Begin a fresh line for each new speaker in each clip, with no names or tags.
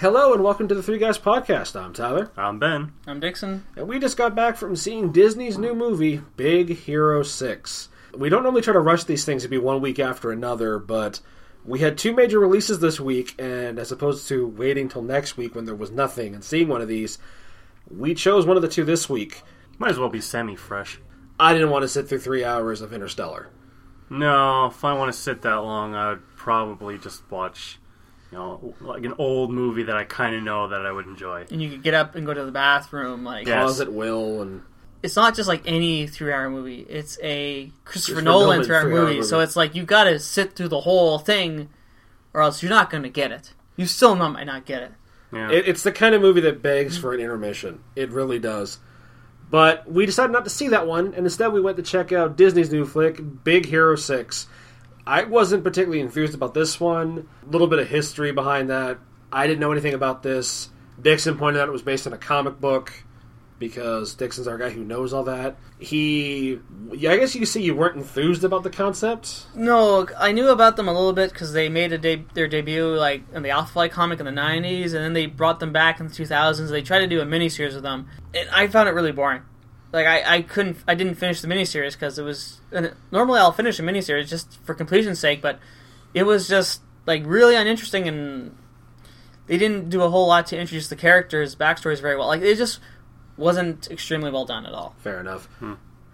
Hello and welcome to the Three Guys Podcast. I'm Tyler,
I'm Um, Ben.
I'm Dixon.
and we just got back from seeing Disney's new movie, Big Hero 6. We don't normally try to rush these things to be one week after another, but we had two major releases this week, and as opposed to waiting till next week when there was nothing and seeing one of these, we chose one of the two this week.
Might as well be semi-fresh.
I didn't want to sit through three hours of Interstellar.
No, if I want to sit that long, I'd probably just watch, you know, like an old movie that I kind of know that I would enjoy.
And you could get up and go to the bathroom. Like
Yeah. Yes.
Pause at will, and
it's not just like any three-hour movie. It's a Christopher
Christopher
Nolan
Nolan
three-hour
three-hour
movie. So
movie.
it's like you got to sit through the whole thing, or else you're not going to get it. You still not, might not get it.
Yeah.
it, it's the kind of movie that begs for an intermission. It really does. But we decided not to see that one, and instead we went to check out Disney's new flick, Big Hero 6. I wasn't particularly enthused about this one. A little bit of history behind that. I didn't know anything about this. Dixon pointed out it was based on a comic book because Dixon's our guy who knows all that. He, yeah, I guess you can see you weren't enthused about the concept.
No, I knew about them a little bit because they made a de- their debut like in the Alphafly comic in the '90s, and then they brought them back in the 2000s. They tried to do a miniseries with them, and I found it really boring. Like I, I couldn't, I didn't finish the miniseries because it was. And normally, I'll finish a miniseries just for completion's sake, but it was just like really uninteresting, and they didn't do a whole lot to introduce the characters' backstories very well. Like it just wasn't extremely well done at all.
Fair enough.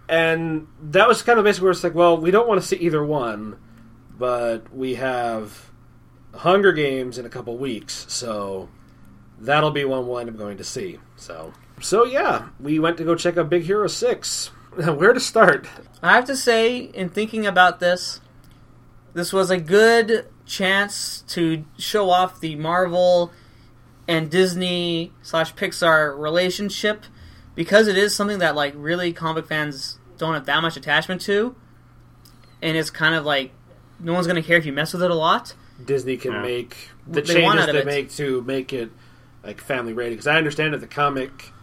And that was kind of basically where it's like, well, we don't want to see either one, but we have Hunger Games in a couple weeks, so that'll be one we'll end up going to see. So, so yeah, we went to go check out Big Hero Six. Now, where to start?
I have to say, in thinking about this, this was a good chance to show off the Marvel and Disney slash Pixar relationship because it is something that like really comic fans don't have that much attachment to, and it's kind of like no one's gonna care if you mess with it a lot.
Disney can
Yeah.
make the
They want
changes
out of
they
it.
make to make it like family rated. Because I understand that the comic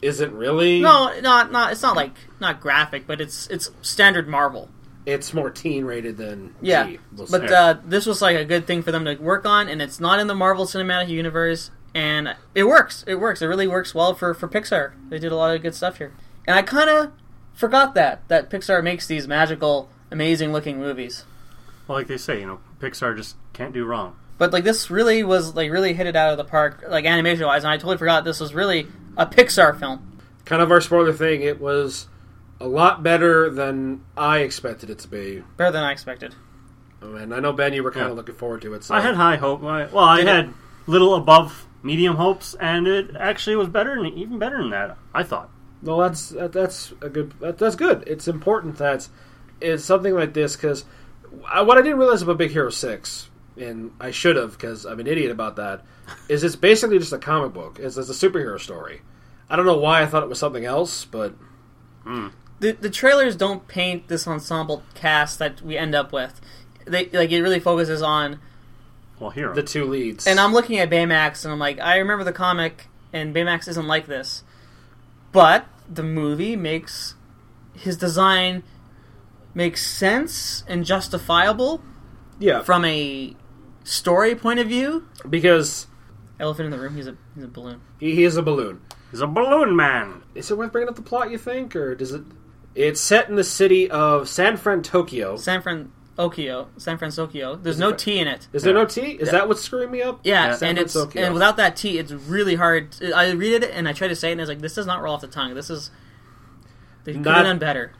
isn't really
No, not not it's not like not graphic, but it's it's standard Marvel.
it's more teen rated than
Yeah,
G, we'll
but
say.
uh, this was like a good thing for them to work on, and it's not in the Marvel Cinematic Universe, and it works. It works. It really works well for for Pixar. They did a lot of good stuff here, and I kind of forgot that that Pixar makes these magical, amazing looking movies.
well, like they say, you know, Pixar just can't do wrong.
But like this really was like really hit it out of the park, like animation wise, and I totally forgot this was really a Pixar film.
kind of our spoiler thing, it was a lot better than I expected it to be.
Better than I expected.
And I know Ben, you were kind
Yeah.
of looking forward to it. So
I had high hope. I, well, I
Did it-
had little above medium hopes, and it actually was better, than, even better than that. I thought.
Well, that's that, that's a good that, that's good. It's important that it's something like this because I, what I didn't realize about Big Hero Six, and I should have because I'm an idiot about that, is it's basically just a comic book. It's, it's a superhero story. I don't know why I thought it was something else, but
the the trailers don't paint this ensemble cast that we end up with. They like it really focuses on
Well, hero.
the two leads
And I'm looking at Baymax, and I'm like, I remember the comic, and Baymax isn't like this. But the movie makes his design makes sense and justifiable
yeah
from a story point of view.
because
Elephant in the room, he's a he's a balloon.
he, he is a balloon.
He's a balloon man.
Is it worth bringing up the plot? You think, or does it? It's set in the city of San Fran, Tokyo.
San Fran Okio, San Francisco. There's no
Fran-
T in it.
Is there
Yeah.
no T? Is that what's screwing me up?
Yeah,
San
and it's
Francisco.
and without that T, it's really hard. to- I read it and I tried to say it, and I was like, this does not roll off the tongue. This is they could
Not-
have done better.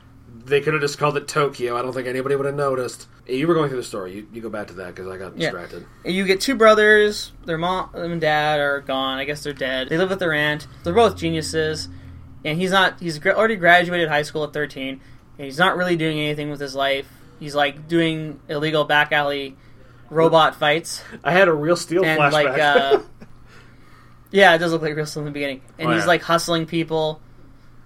they could have just called it Tokyo. I don't think anybody would have noticed. Hey, You were going through the story. You, you go back to that because I got
Yeah.
distracted.
You get two brothers. Their mom and dad are gone. I guess they're dead. They live with their aunt. They're both geniuses, and he's not. He's gra- already graduated high school at thirteen, and he's not really doing anything with his life. He's like doing illegal back alley robot fights
I had a real steel
and
flashback.
like uh, yeah, it does look like Russell in the beginning, and
Oh,
he's
yeah.
like hustling people,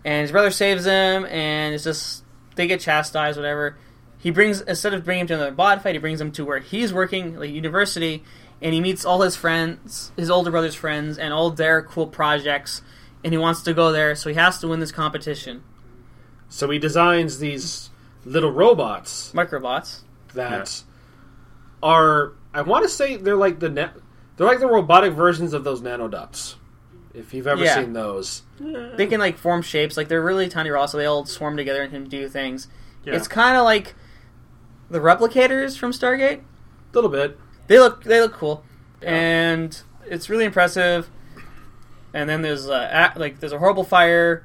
and his brother saves him, and it's just they get chastised, whatever. He brings instead of bringing him to another bod fight, he brings him to where he's working, like university, and he meets all his friends, his older brother's friends, and all their cool projects, and he wants to go there, so he has to win this competition.
so he designs these little robots
Microbots.
that are. I want to say they're like the net. They're like the robotic versions of those nanodots. If you've ever
Yeah.
seen those,
They can like form shapes. Like they're really tiny raw, so they all swarm together and can do things.
Yeah.
It's kind of like the replicators from Stargate.
a little bit.
They look they look cool,
Yeah.
and it's really impressive. And then there's uh, a, a- like there's a horrible fire.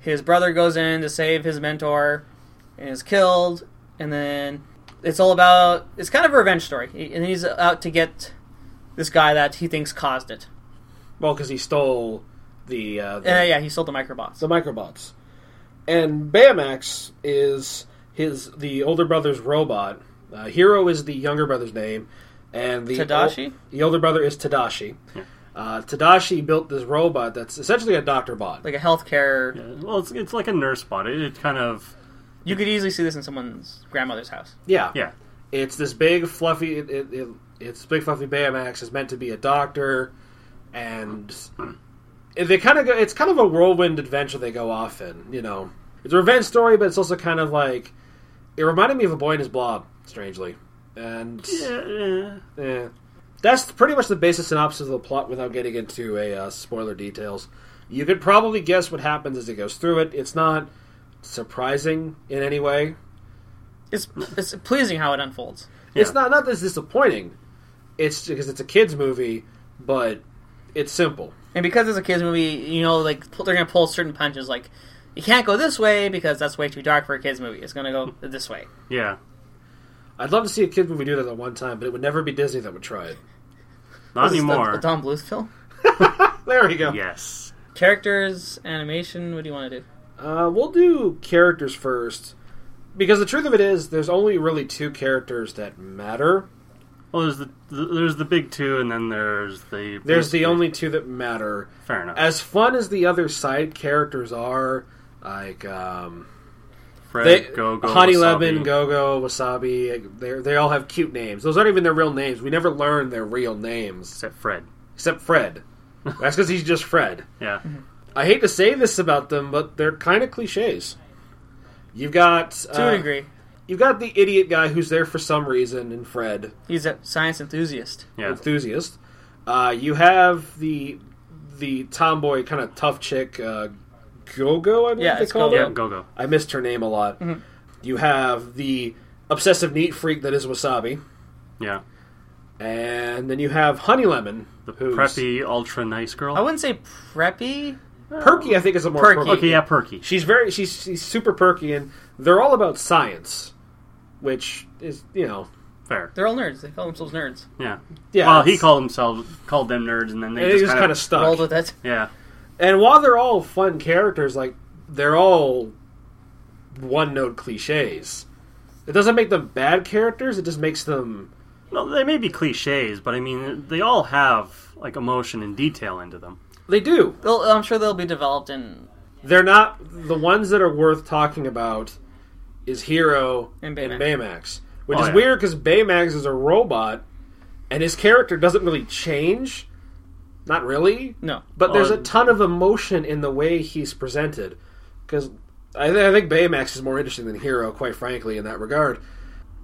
His brother goes in to save his mentor, and is killed. And then it's all about it's kind of a revenge story, He- and he's out to get this guy that he thinks caused it.
Well, because he stole the uh, the,
Uh, yeah, he sold the microbots.
the microbots, and Baymax is his the older brother's robot. Uh, Hero is the younger brother's name, and the
Tadashi?
ol- the older brother is Tadashi. Uh, Tadashi built this robot that's essentially a doctor bot.
Like a healthcare
Yeah, well, it's, it's like a nurse bot. It, it kind of
You could easily see this in someone's grandmother's house.
yeah,
yeah.
it's this big fluffy it, it, it, it's big fluffy Baymax is meant to be a doctor and they kind of go, it's kind of a whirlwind adventure they go off in you know it's a revenge story but it's also kind of like it reminded me of a boy and his blob strangely and
Yeah,
eh. that's pretty much the basic synopsis of the plot without getting into a uh, spoiler details you could probably guess what happens as it goes through it it's not surprising in any way
It's it's pleasing how it unfolds.
It's not not that it's disappointing. It's because it's a kids movie, but it's simple.
And because it's a kids movie, you know, like pu- they're gonna pull certain punches. Like you can't go this way because that's way too dark for a kids movie. It's gonna go this way.
yeah.
I'd love to see a kids movie do that at one time, but it would never be Disney that would try it.
Not
This is the-
anymore.
the Don Bluth film.
There we go.
yes.
Characters, animation. What do you want to do?
Uh, we'll do characters first, because the truth of it is, there's only really two characters that matter.
Well, there's the there's the big two, and then there's the
There's the only two that matter.
fair enough.
As fun as the other side characters are, like um,
Fred,
they,
go go
Honey
Wasabi.
Lemon, Go Go, Wasabi. They they all have cute names. Those aren't even their real names. We never learn their real names.
Except Fred.
except Fred. That's because he's just Fred.
Yeah.
I hate to say this about them, but they're kind of cliches. You've got
To
uh,
a degree,
You've got the idiot guy who's there for some reason, and Fred
he's a science enthusiast.
Yeah.
enthusiast. Uh, you have the the tomboy kind of tough chick, uh, Gogo. I believe
Yeah,
they
it's
call
Gogo. Mm-hmm.
Yeah.
her.
Go go.
I missed her name a lot. You have the obsessive neat freak that is Wasabi,
Yeah.
and then you have Honey Lemon,
The
who's
preppy, ultra nice girl.
I wouldn't say preppy.
Perky. I think is a more
Perky.
appropriate-
okay. Yeah. Perky.
she's very she's, she's super perky and they're all about science which is you know
Fair.
They're all nerds. They call themselves nerds.
Yeah.
yeah
well, he
it's-
called himself called them nerds, and then they
it's
just,
just
kind of
stuck
Rolled with it.
yeah.
and while they're all fun characters like they're all one note cliches it doesn't make them bad characters it just makes them
Well, they may be cliches, but I mean, they all have like emotion and detail into them.
they do
They'll, I'm sure they'll be developed in
they're not the ones that are worth talking about is hero
And
and
Baymax.
baymax, which
Oh,
is
yeah.
weird because baymax is a robot and his character doesn't really change not really
no.
But there's a
Um,
ton of emotion in the way he's presented. Because I, th- I think Baymax is more interesting than Hero, quite frankly, in that regard.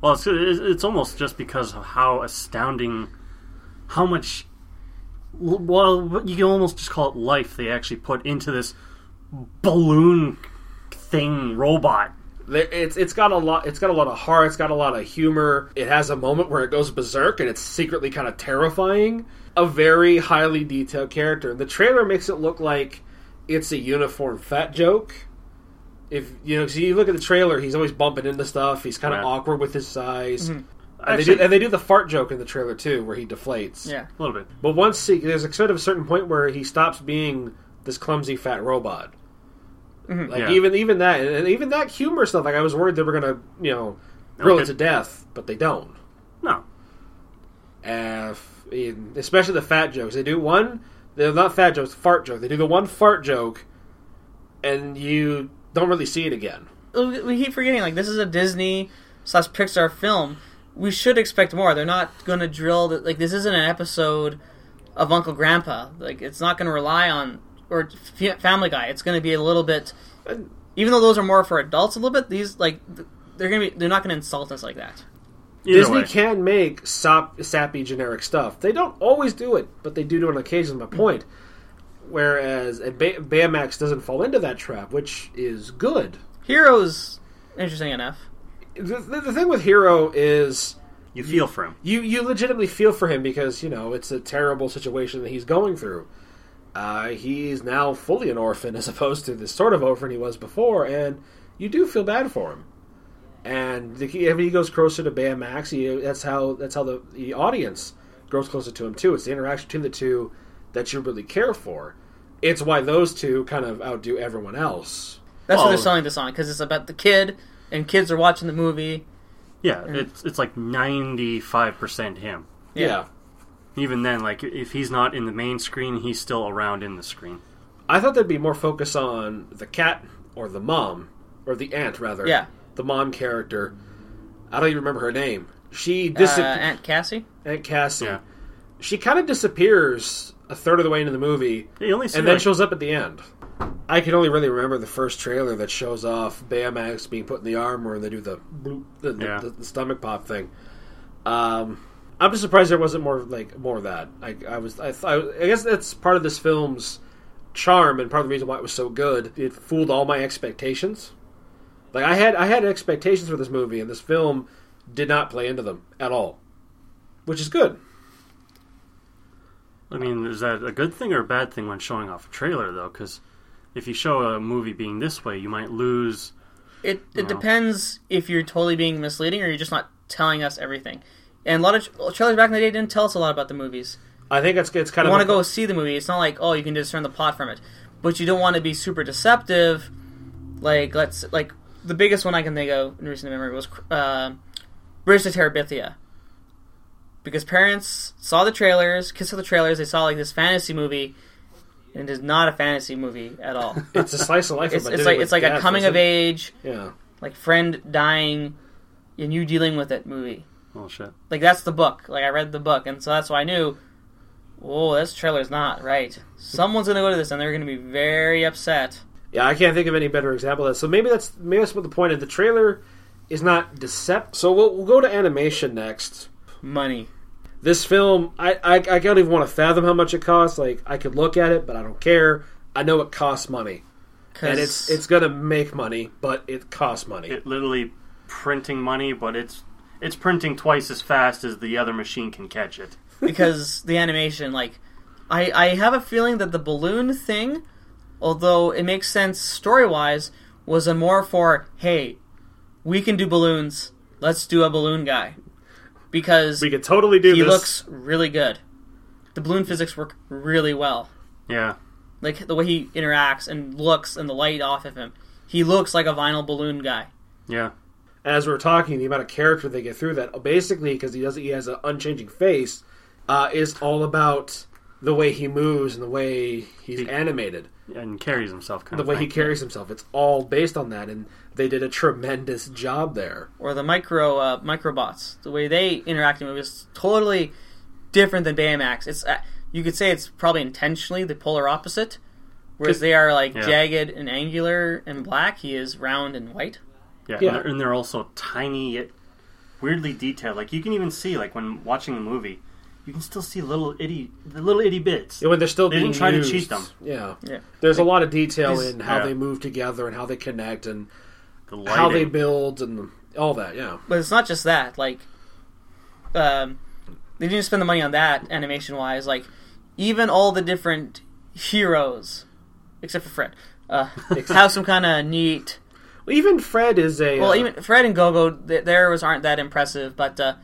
Well, it's, it's it's almost just because of how astounding, how much, well, you can almost just call it life they actually put into this balloon thing robot.
There, it's it's got a lot. It's got a lot of heart. It's got a lot of humor. It has a moment where it goes berserk, and it's secretly kind of terrifying. A very highly detailed character. The trailer makes it look like it's a uniform fat joke. If you know, see, you look at the trailer. He's always bumping into stuff. He's kind of
Right.
awkward with his size. And,
Actually,
Uh, they do, and they do the fart joke in the trailer too, where he deflates.
Yeah.
a little bit.
But once he, there's a sort of a certain point where he stops being this clumsy fat robot. Like
Yeah.
even even that and even that humor stuff. Like I was worried they were gonna you know grill
Okay.
it to death, but they don't.
No,
Uh, f- in- especially the fat jokes. They do one. They're not fat jokes. Fart joke. They do the one fart joke, and you don't really see it again.
we we keep forgetting like this is a Disney slash Pixar film. We should expect more. They're not going to drill the, like this isn't an episode of Uncle Grandpa. Like it's not going to rely on or F- Family Guy. It's going to be a little bit. Even though those are more for adults, a little bit these like th- they're going to be they're not going to insult us like that.
Either
Disney
way.
can make sop, sappy generic stuff. They don't always do it, but they do do it on occasion. My point. Whereas and Bay- Baymax doesn't fall into that trap, which is good.
Heroes, interesting enough.
The, the, the thing with Hero is
You feel for him.
you you legitimately feel for him because you know it's a terrible situation that he's going through. Uh, he's now fully an orphan as opposed to the sort of orphan he was before, and you do feel bad for him. And the, key- I mean, he goes closer to Baymax. He, that's how that's how the, the audience grows closer to him too. It's the interaction between the two that you really care for. It's why those two kind of outdo everyone else.
That's
Well-
what they're selling this on because it's about the kid, and kids are watching the movie.
Yeah, it's it's like ninety five percent him.
Yeah.
Even then, like if he's not in the main screen, he's still around in the screen.
I thought there'd be more focus on the cat or the mom or the aunt rather.
Yeah.
The mom character. I don't even remember her name. She
Uh,
disappears.
Aunt Cassie.
aunt Cassie.
Yeah.
She kind of disappears a third of the way into the movie,
You only see
and then
like-
shows up at the end. I can only really remember the first trailer that shows off Baymax being put in the armor and they do the bloop, the, the-
Yeah.
the, the stomach pop thing. Um, I'm just surprised there wasn't more like more of that. I, I was I, th- I, I guess that's part of this film's charm and part of the reason why it was so good. It fooled all my expectations. Like I had I had expectations for this movie and this film did not play into them at all, which is good.
I mean, is that a good thing or a bad thing when showing off a trailer though? Because if you show a movie being this way, you might lose.
It it
No.
Uh-huh.
depends if you're totally being misleading or you're just not telling us everything. And a lot of tra- trailers back in the day didn't tell us a lot about the movies.
I think it's it's kind
You
of
want to go see the movie. It's not like oh you can discern the plot from it, but you don't want to be super deceptive. Like let's like the biggest one I can think of in recent memory was uh, Bridge to Terabithia, because parents saw the trailers, kids saw the trailers, they saw like this fantasy movie, and it is not a fantasy movie at all.
It's a slice of life.
it's
but
it's
did it
like
with
it's like a
death,
coming of
isn't it?
age,
Yeah.
like friend dying, and you dealing with it movie.
Oh shit!
Like that's the book. Like I read the book, and so that's why I knew. Whoa, this trailer's not right. Someone's gonna go to this, and they're gonna be very upset.
Yeah, I can't think of any better example of that. So maybe that's maybe that's what the point of the trailer is not deceptive. So we'll, we'll go to animation next.
Money.
This film, I, I I don't even want to fathom how much it costs. Like I could look at it, but I don't care. I know it costs money,
'Cause-
and it's it's gonna make money, but it costs money.
It literally printing money, but it's it's printing twice as fast as the other machine can catch it.
because the animation. Like, I I have a feeling that the balloon thing, although it makes sense story wise, was a more for hey, we can do balloons. Let's do a balloon guy, because
we could totally do
he
this.
looks really good. The balloon physics work really well.
Yeah,
like the way he interacts and looks and the light off of him. He looks like a vinyl balloon guy.
yeah.
as we we're talking, the amount of character they get through that uh, basically because he does he has an unchanging face uh, is all about the way he moves and the way he's animated,
And carries himself kind
the
of
way he
thing.
carries himself. It's all based on that, and they did a tremendous job there.
Or the micro uh, microbots, the way they interact in movies is totally different than Baymax. It's uh, you could say it's probably intentionally the polar opposite, whereas they are like
Yeah.
jagged and angular and black. He is round and white.
Yeah,
Yeah.
And, they're, and they're also tiny yet weirdly detailed. Like you can even see, like when watching a movie, you can still see little itty, the little itty bits.
And when they're still
They didn't
being
try to
used,
cheat them.
Yeah,
Yeah.
there's a lot of detail
These-
in how
Yeah.
they move together and how they connect and
The
how they
lighting.
build and all that. Yeah,
But it's not just that. Like, um, they didn't spend the money on that animation wise. Like, even all the different heroes, except for Fred, uh, have some kind of neat.
even Fred is a
Well,
uh,
even Fred and Gogo, th- theirs aren't that impressive, but uh,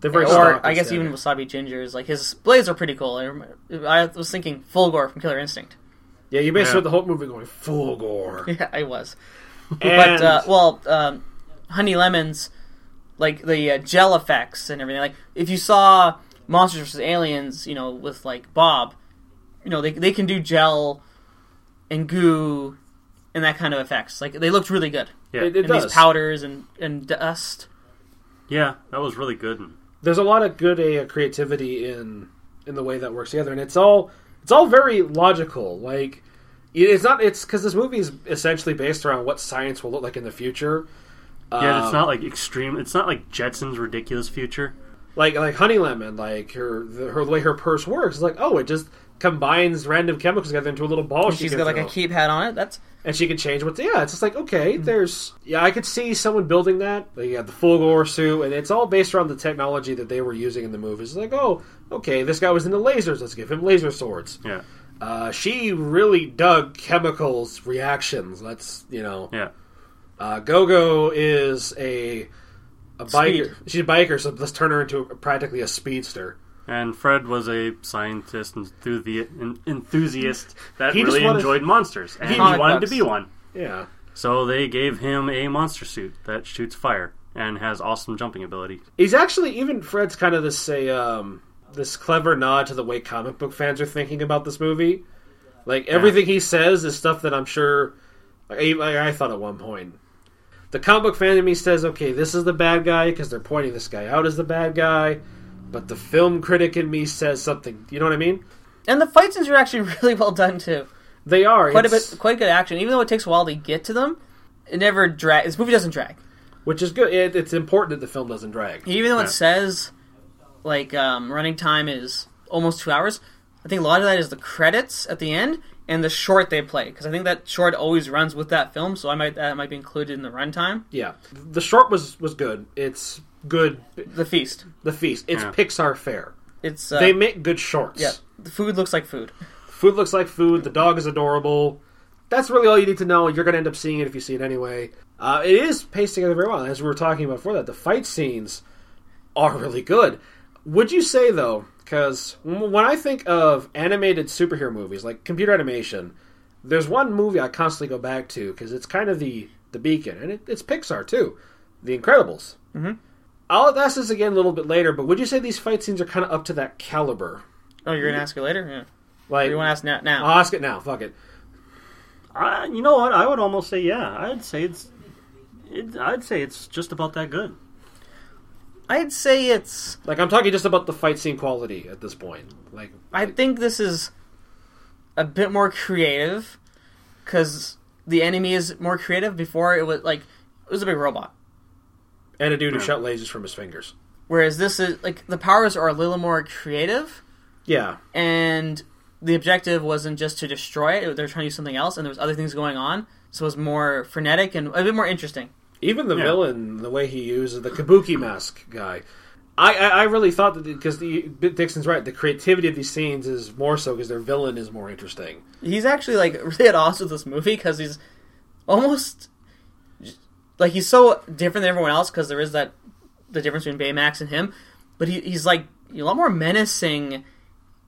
they're very stock
or I
and
guess
standard.
even Wasabi Ginger's, like his blades are pretty cool. I, rem- I was thinking Fulgore from Killer Instinct.
yeah, you basically
Yeah.
spent the whole movie going full gore.
Yeah, I was.
And-
But uh, well, um, Honey Lemon's like the uh, gel effects and everything. Like if you saw Monsters vs Aliens, you know, with like Bob, you know, they they can do gel and goo and that kind of effects. Like they looked really good.
yeah.
it, it
and
does.
these powders and and dust.
yeah, that was really good. And
there's a lot of good uh, creativity in in the way that works together, and it's all it's all very logical. Like it- it's not it's because this movie is essentially based around what science will look like in the future,
Yeah, it's not like extreme. It's not like Jetson's ridiculous future.
like like honey lemon like her the, her the way her purse works is like oh it just combines random chemicals together into a little ball she
She's
can
got like a Hmm.
throw.
keypad on it. That's
and she can change what yeah it's just like okay there's yeah i could see someone building that like you got the full gore suit and it's all based around the technology that they were using in the movies it's like oh okay this guy was into lasers let's give him laser swords
Yeah,
uh, she really dug chemicals reactions let's you know
yeah.
uh, Gogo is a a biker.
Speed.
She's a biker, so let's turn her into practically a speedster.
And Fred was a scientist and through the en- enthusiast that
He just
really
wanted-
enjoyed monsters, and he,
Comic
wanted
books.
to be one.
Yeah.
So they gave him a monster suit that shoots fire and has awesome jumping ability.
He's actually even Fred's kind of this a um, this clever nod to the way comic book fans are thinking about this movie. Like everything he says is stuff that I'm sure like, I, like, I thought at one point. The comic book fan in me says, "Okay, this is the bad guy because they're pointing this guy out as the bad guy," but the film critic in me says something. You know what I mean?
and the fight scenes are actually really well done too.
They are
Quite
it's-
a bit, quite good action. Even though it takes a while to get to them, it never drag. This movie doesn't drag.
which is good. It, it's important that the film doesn't drag.
Even though
Yeah.
it says like um, running time is almost two hours, I think a lot of that is the credits at the end and the short they play because I think that short always runs with that film, so I might that might be included in the runtime.
Yeah, the short was was good. It's good.
The feast.
The feast. It's
Yeah.
Pixar fare.
It's uh,
They make good shorts.
yeah. The food looks like food.
Food looks like food. The dog is adorable. That's really all you need to know. You're going to end up seeing it if you see it anyway. Uh, it is paced together very well. As we were talking about before that, the fight scenes are really good. Would you say though? Because when I think of animated superhero movies like computer animation, there's one movie I constantly go back to because it's kind of the the beacon, and it, it's Pixar too, The Incredibles. Mm-hmm. I'll ask this again a little bit later, but would you say these fight scenes are kind of up to that caliber?
Oh, you're gonna ask it later. Yeah.
Like,
You want to ask now? now.
I'll ask it now. Fuck it.
I, you know what? I would almost say yeah. I'd say it's. It, I'd say it's just about that good.
I'd say it's.
Like I'm talking just about the fight scene quality at this point. Like
I think this is a bit more creative because the enemy is more creative. Before it was like it was a big robot,
and a dude who shot lasers from his fingers.
whereas this is like the powers are a little more creative,
Yeah,
and the objective wasn't just to destroy it. They were trying to do something else, and there was other things going on, so it was more frenetic and a bit more interesting.
even the
Yeah.
villain, the way he uses the kabuki mask guy. I, I, I really thought that because the Dixon's right, the creativity of these scenes is more so because their villain is more interesting.
He's actually like really at odds with this movie because he's almost like he's so different than everyone else because there is that the difference between Baymax and him, but he, he's like a lot more menacing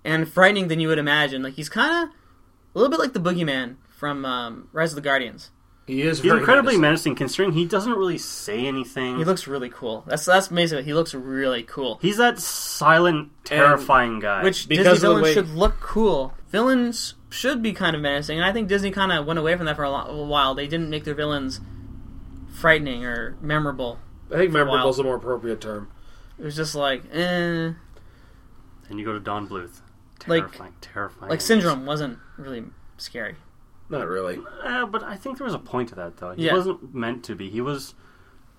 and frightening than you would imagine. Like he's kind of a little bit like the boogeyman from um, Rise of the Guardians.
He is
He's
very
incredibly
menacing.
menacing, considering he doesn't really say anything.
He
Hmm.
looks really cool. That's that's basically he looks really cool.
He's that silent, terrifying guy.
Which
Because of
Disney
the
villains
way-
should look cool. Villains should be kind of menacing, and I think Disney kind of went away from that for a, lo- a while. They didn't make their villains frightening or memorable.
I think memorable
Wow.
is a more appropriate term.
It was just like, eh.
and you go to Don Bluth.
Like-
Terrifying, terrifying.
Like Syndrome wasn't really scary.
Not really.
Uh, but I think there was a point to that, though. He
Yeah.
wasn't meant to be. He was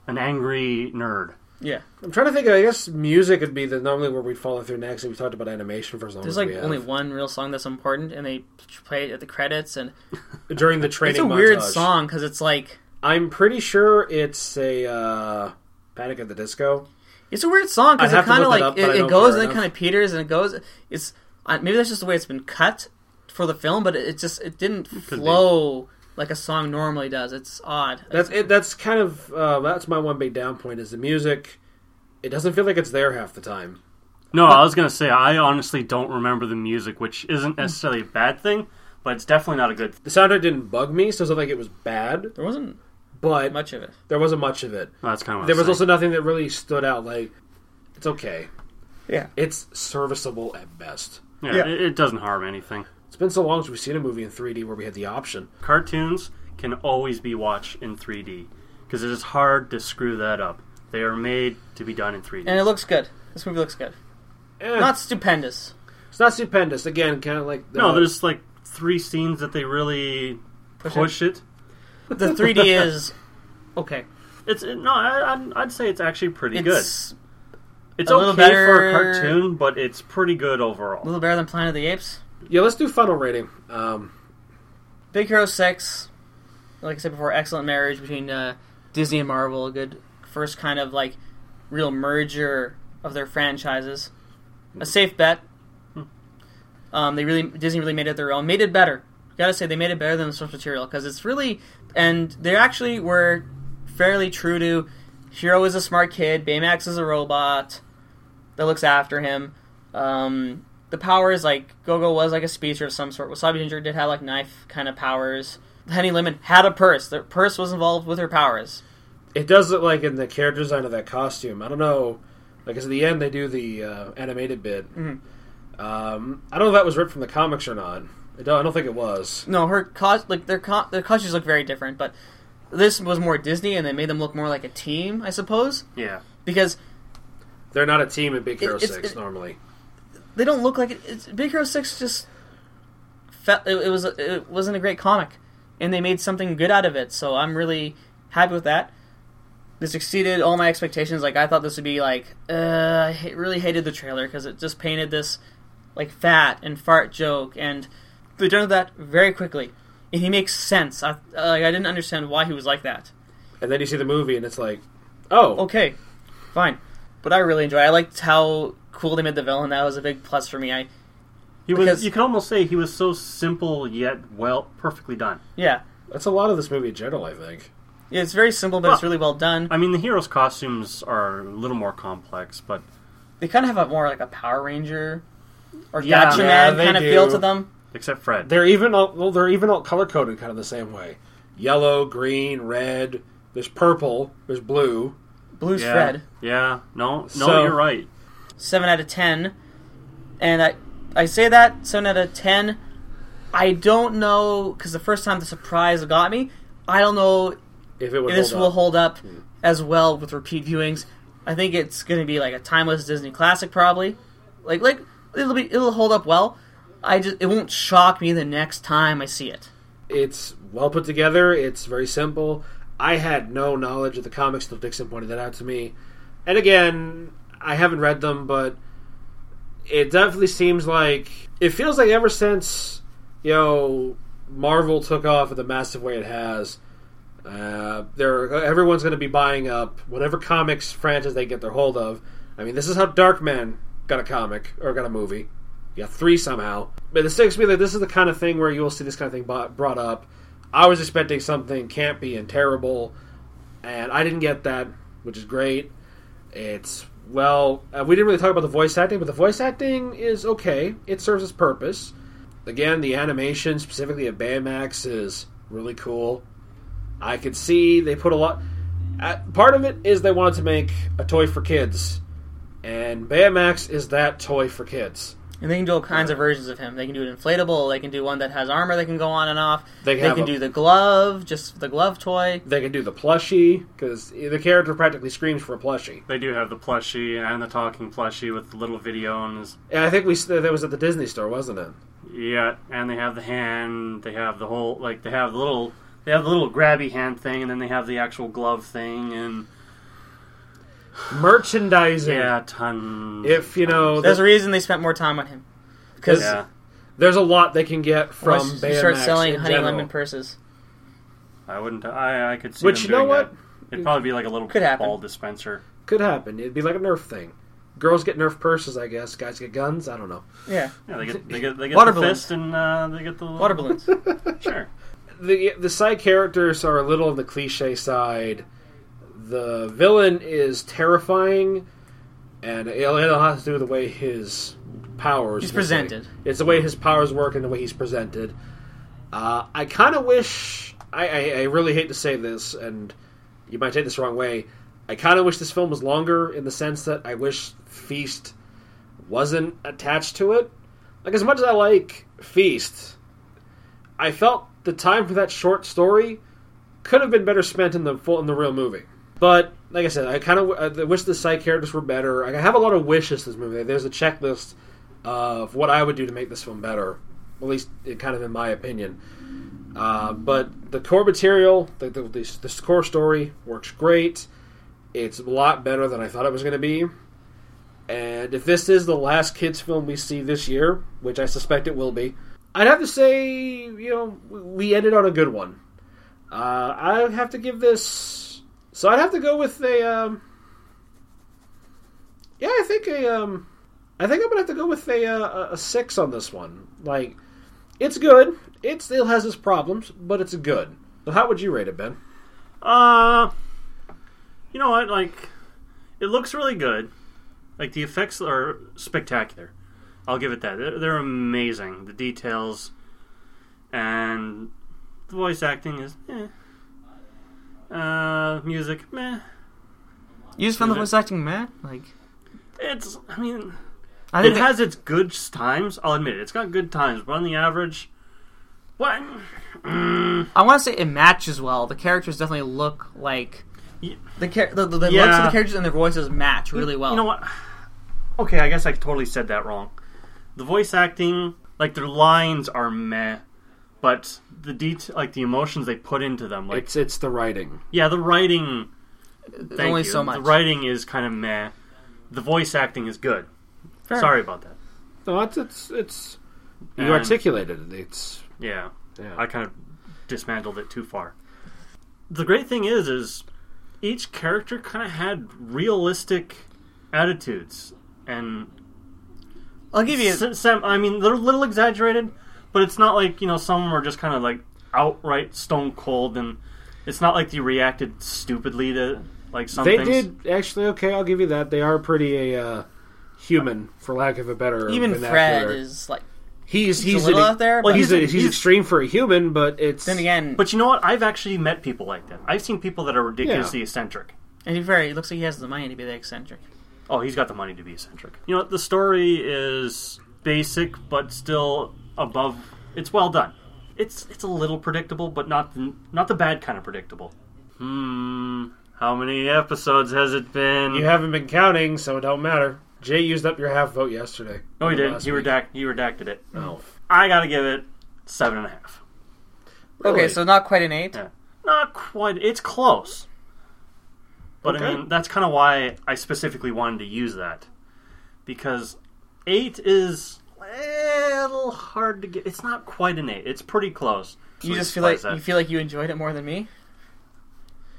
an angry nerd.
Yeah,
I'm trying to think. I guess music would be the normally where we'd follow through next. And we talked about animation for as long
there's
as
like
we have.
only one real song that's important, and they play it at the credits, and
during the training.
it's a weird
montage.
song because it's like
I'm pretty sure it's a uh, Panic at the Disco.
It's a weird song
I
because it
have to
kind of
look it
like
up, but I
it,
don't
it goes
care
and it
enough.
kind of peters and it goes. It's uh, maybe that's just the way it's been cut for the film, but it, it just it didn't
could be.
flow like a song normally does. It's odd.
That's it. That's kind of uh, that's my one big down point is the music. It doesn't feel like it's there half the time.
No, I was gonna say I honestly don't remember the music, which isn't necessarily a bad thing, but it's definitely not a good. thing.
The soundtrack didn't bug me, so it's not like it was bad,
there wasn't
but
much of it.
there wasn't much of it.
that's kind of.
There was also nothing that really stood out. Like it's okay.
Yeah.
It's serviceable at best.
yeah,
yeah.
It, it doesn't harm anything.
It's been so long since we've seen a movie in 3D where we had the option.
Cartoons can always be watched in 3D because it is hard to screw that up. They are made to be done in 3D.
And it looks good. This movie looks good.
Eh,
Not stupendous.
it's not stupendous. Again, kind of like the,
uh,
no, there's like three scenes that they really push,
Push
it.
The 3D is okay.
It's it- no, I, I'd, I'd say it's actually pretty good.
It's
It's
a
okay
little
for a
better-
cartoon, but it's pretty good
a
overall.
little better than Planet of the Apes.
Yeah, let's do final rating. Um,
Big Hero Six, like I said before, excellent marriage between uh, Disney and Marvel. A good first kind of like real merger of their franchises. A safe bet. Um, they really Disney really made it their own. Made it better. Gotta say they made it better than the source material because it's really and they actually were fairly true to Hero is a smart kid. Baymax is a robot that looks after him. Um, the powers like Gogo was like a speedster of some sort. Wasabi Ginger did have like knife kind of powers. Henny Lemon had a purse. The purse was involved with her powers.
it does look like in the character design of that costume. I don't know, like 'cause at the end they do the uh, animated bit.
Mm-hmm.
Um, I don't know if that was ripped from the comics or not. I don't, I don't think it was.
No, her cos like their co- their costumes look very different, but this was more Disney and they made them look more like a team, I suppose,
Yeah,
because
They're not a team in Big Hero
it's-
Six
it-
normally.
they don't look like it. It's, Big Hero Six just fe- it, it was it wasn't a great comic, and they made something good out of it. So I'm really happy with that. This exceeded all my expectations. Like I thought this would be like uh, I ha- really hated the trailer because it just painted this like fat and fart joke, and they done that very quickly. And he makes sense. I, uh, like I didn't understand why he was like that.
And then you see the movie, and it's like, oh,
Okay, fine. But I really enjoy. It. I liked how cool they made the villain. That was a big plus for me. I
he was.
Because-
you could almost say he was so simple yet well, perfectly done.
yeah.
that's a lot of this movie in general. I think.
Yeah, it's very simple, but it's
Huh.
really well done.
I mean, the heroes' costumes are a little more complex, but
They kind of have a more like a Power Ranger or
Yeah.
Gotcha
Yeah,
Man
they
kind of
do.
feel to them.
except Fred.
They're even all, well, they're even all color coded kind of the same way: yellow, green, red. There's purple. There's blue.
Blue's
yeah,
Fred.
Yeah. No. No,
So-
you're right.
Seven out of ten, and I I say that seven out of ten. I don't know because the first time the surprise got me. I don't know
If it would
if this
hold
will
up. Hmm.
hold up as well with repeat viewings. I think it's going to be like a timeless Disney classic, probably. Like like it'll be it'll hold up well. I just it won't shock me the next time I see it.
It's well put together. It's very simple. I had no knowledge of the comics until Dixon pointed that out to me. And again, I haven't read them, but it definitely seems like it feels like ever since you know Marvel took off in the massive way it has, uh, there everyone's going to be buying up whatever comics franchise they get their hold of. I mean, this is how Darkman got a comic or got a movie. Yeah, three somehow. But it sticks to me that this is the kind of thing where you will see this kind of thing bought, brought up. I was expecting something campy and terrible, and I didn't get that, which is great. It's well, uh, we didn't really talk about the voice acting, but the voice acting is okay. It serves its purpose. Again, the animation, specifically of Baymax, is really cool. I could see they put a lot. Uh, part of it is they wanted to make a toy for kids, and Baymax is that toy for kids.
And they can do all kinds of versions of him. They can do an inflatable. They can do one that has armor. They can go on and off.
They
They,
can have
can
a-
do the glove, just the glove toy.
They can do the plushie because the character practically screams for a plushie.
They do have the plushie and the talking plushie with the little video and his
And I think we s- that was at the Disney store, wasn't it?
Yeah, and they have the hand. They have the whole like they have the little they have the little grabby hand thing, and then they have the actual glove thing, and
Merchandising.
yeah, tons.
If you know,
There's a reason they spent more time on him. Because
yeah,
there's a lot they can get from
once you
Baymax
start selling
in
honey
general.
lemon purses,
I wouldn't. I I could see.
Which,
them
you know
doing
what?
that. It'd probably be like a little
Could happen.
ball dispenser.
Could happen. It'd be like a Nerf thing. Girls get Nerf purses, I guess. Guys get guns. I don't know.
yeah,
Yeah, they get they get they get
Water
the
balloons.
fist and uh, they get the
water balloons.
Sure,
the the side characters are a little on the cliche side. The villain is terrifying, and it it has to do with the way his powers.
He's presented.
It's the way his powers work and the way he's presented. Uh, I kind of wish. I, I, I really hate to say this, and you might take this the wrong way. I kind of wish this film was longer in the sense that I wish Feast wasn't attached to it. Like as much as I like Feast, I felt the time for that short story could have been better spent in the full in the real movie. But like I said, I kind of I wish the side characters were better. I have a lot of wishes this movie. There's a checklist of what I would do to make this film better. At least, it kind of in my opinion. Uh, but the core material, the, the, the, the core story works great. It's a lot better than I thought it was going to be. And if this is the last kids film we see this year, which I suspect it will be, I'd have to say you know we ended on a good one. Uh, I'd have to give this, so I'd have to go with a. Um, yeah, I think a. Um, I think I'm gonna have to go with a uh, a six on this one. Like, it's good. It still has its problems, but it's good. So how would you rate it, Ben?
Uh, you know what? Like, it looks really good. Like the effects are spectacular. I'll give it that. They're, they're amazing. The details and the voice acting is eh. Uh, music meh.
You just found the voice acting mad? Like,
It's I mean
I
it
think
has its good times. I'll admit it. It's got good times, but on the average, what? Mm,
I want to say it matches well. The characters definitely look like
Ye-
the char- the, the, the looks of
Yeah.
the characters and their voices match really well.
You know what? Okay, I guess I totally said that wrong. The voice acting, like their lines are meh, but the det- like the emotions they put into them, like
It's it's the writing.
yeah, the writing. Thank
only
you.
so much.
The writing is kind of meh. The voice acting is good.
Fair.
Sorry about that.
No, it's it's it's you
And-
articulated it. It's
Yeah.
yeah.
I kind of dismantled it too far. The great thing is, is each character kind of had realistic attitudes, and
I'll give you.
s- some, I mean, they're a little exaggerated, but it's not like you know some were just kind of like outright stone cold, and it's not like they reacted stupidly to like some.
they
things.
did actually okay. I'll give you that. They are pretty uh, human, for lack of a better.
Even
vernacular.
Fred is like.
he's
a
he's
little
an-
out there,
Well,
but-
he's, a, he's
He's-
extreme for a human, but it's
Then again,
But you know what? I've actually met people like that. I've seen people that are ridiculously eccentric.
and to be fair, he looks like he has the money to be that eccentric.
Oh, he's got the money to be eccentric. You know, the story is basic, but still above. It's well done. It's it's a little predictable, but not the, not the bad kind of predictable. Hmm. How many episodes has it been?
you haven't been counting, so it don't matter. Jay used up your half vote yesterday.
no, Oh, he didn't.
Last
He
week.
redact. He redacted it.
Oh,
I gotta give it seven and a half.
really?
Okay, so not quite an eight.
Yeah. Not quite. It's close. But I
Okay.
mean, that's kind of why I specifically wanted to use that. Because 8 is a little hard to get. It's not quite an 8. It's pretty close.
You
So
just
it's
feel like
that.
you feel like you enjoyed it more than me.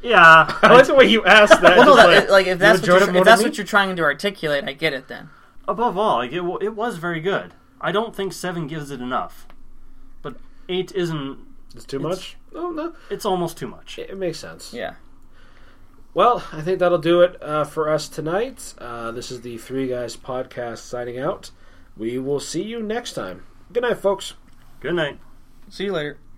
Yeah.
I like the way you asked that.
Well, no,
Just
that, like if that's what
enjoyed it
you're,
more
if that's
than
what
me?
you're trying to articulate, I get it then.
Above all, like it, wa- it was very good. I don't think 7 gives it enough. But 8 isn't.
it's too much. No, no,
It's almost too much.
it it makes sense.
Yeah.
Well, I think that'll do it uh, for us tonight. Uh, this is the Three Guys podcast signing out. We will see you next time. Good night, folks.
Good night.
See you later.